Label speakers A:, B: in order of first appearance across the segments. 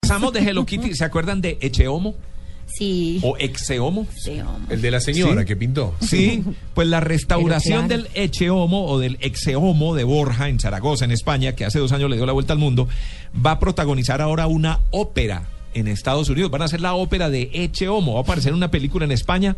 A: pasamos de Hello Kitty, ¿se acuerdan de Echeomo
B: Sí.
A: o Exeomo?
B: Echeomo.
C: El de la señora
A: ¿Sí?
C: que pintó.
A: Sí, pues la restauración
B: Pero claro.
A: del Echeomo o del Exeomo de Borja en Zaragoza, en España, que hace dos años le dio la vuelta al mundo, va a protagonizar ahora una ópera en Estados Unidos. Van a hacer la ópera de Echeomo, va a aparecer una película en España.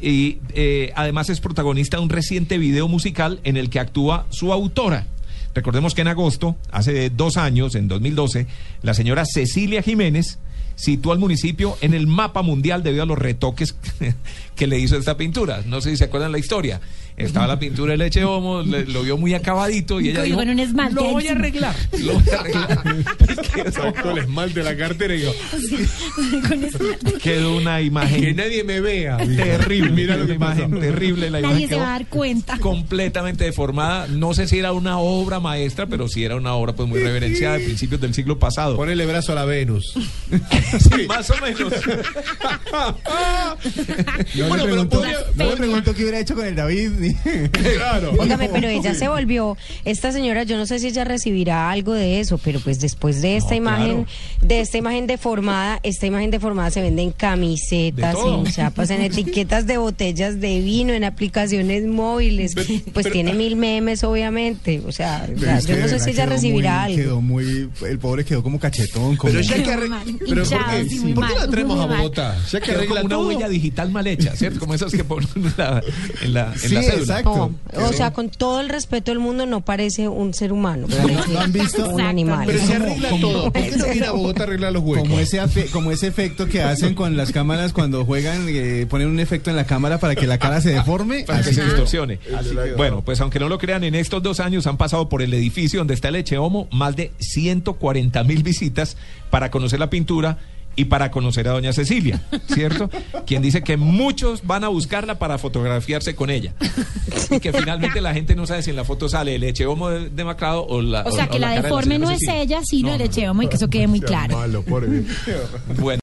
A: Y eh, además es protagonista de un reciente video musical en el que actúa su autora. Recordemos que en agosto, hace dos años, en 2012, la señora Cecilia Jiménez situó al municipio en el mapa mundial debido a los retoques que le hizo esta pintura. No sé si se acuerdan la historia. Estaba la pintura de leche homo, le- lo vio muy acabadito y ella
B: Con-
A: dijo,
B: con un esmalte
A: lo voy a
B: encima".
A: arreglar, lo voy a arreglar.
C: Sacó el esmalte de la cartera y dijo,
B: Con eso-
A: Quedó una
C: que
A: imagen
C: nadie me vea.
A: terrible,
C: Mira lo
A: una
C: que
A: imagen
C: pasó.
A: terrible. La imagen
B: Nadie se
A: quedó-
B: va a dar cuenta.
A: completamente deformada. No sé si era una obra maestra, pero sí era una obra pues muy reverenciada de principios del siglo pasado.
C: Ponele brazo a la Venus.
A: Sí, más o menos.
D: No
C: Bueno,
D: le
C: pero
D: preguntó,
C: podría-
D: no le preguntó qué hubiera hecho con el David. ni-
C: Claro.
E: Óigame, pero ella se volvió, esta señora, yo no sé si ella recibirá algo de eso, pero pues después de esta imagen, de esta imagen deformada, esta imagen deformada se vende en
A: De
E: camisetas,
A: todo.
E: en chapas, en etiquetas de botellas de vino, en aplicaciones móviles,
C: Pero-
E: pues
C: pero-
E: tiene mil memes, obviamente, o sea, o sea,
D: ah. Es que
E: yo no
D: de
E: sé
D: verdad
E: si ella
D: quedó
E: recibirá
D: muy-
E: algo.
D: Quedó muy, el pobre quedó como cachetón. Como,
C: Pero ya que
B: Quedó
C: arre-
B: mal,
C: pero ¿por
B: hinchado,
C: qué,
B: sí, muy
C: ¿por qué
B: mal,
C: la traemos
B: muy
C: a
B: mal.
C: Bogotá? Ya que
A: Quedó como
C: arregla
A: una
C: todo.
A: huella digital mal hecha, ¿cierto? Como esas que ponen en la, en la, en
D: Sí,
A: la cédula.
D: exacto.
E: No, o
D: Quedó-
E: sea, con todo el respeto del mundo, no parece un ser humano,
D: ¿No,
E: parece
D: no han visto?
E: un animal.
C: Pero
D: Es
C: se
D: como-
C: arregla
D: como-
C: todo. ¿Por qué no viene a Bogotá a arreglar los huecos?
D: Como ese, afe- como ese efecto que hacen con las cámaras cuando juegan, eh, ponen un efecto en la cámara para que la cara se deforme.
A: para que
D: así
A: se
D: quedó.
A: distorsione.
C: Así quedó.
A: Bueno, pues aunque no lo crean, en estos dos años han pasado por el edificio donde está el Echeomo más de 140 mil visitas para conocer la pintura y para conocer a doña Cecilia, ¿cierto? Quien dice que muchos van a buscarla para fotografiarse con ella. Y que finalmente la gente no sabe si en la foto sale el Echeomo de- demacrado o la
B: O sea, que la
A: cara de
B: deforme
A: señora
B: no es
A: Cecilia.
B: ella, sino
A: No,
B: el
A: no.
B: Echeomo y que eso quede muy
C: Sea
B: claro.
C: Malo, por
A: Bueno.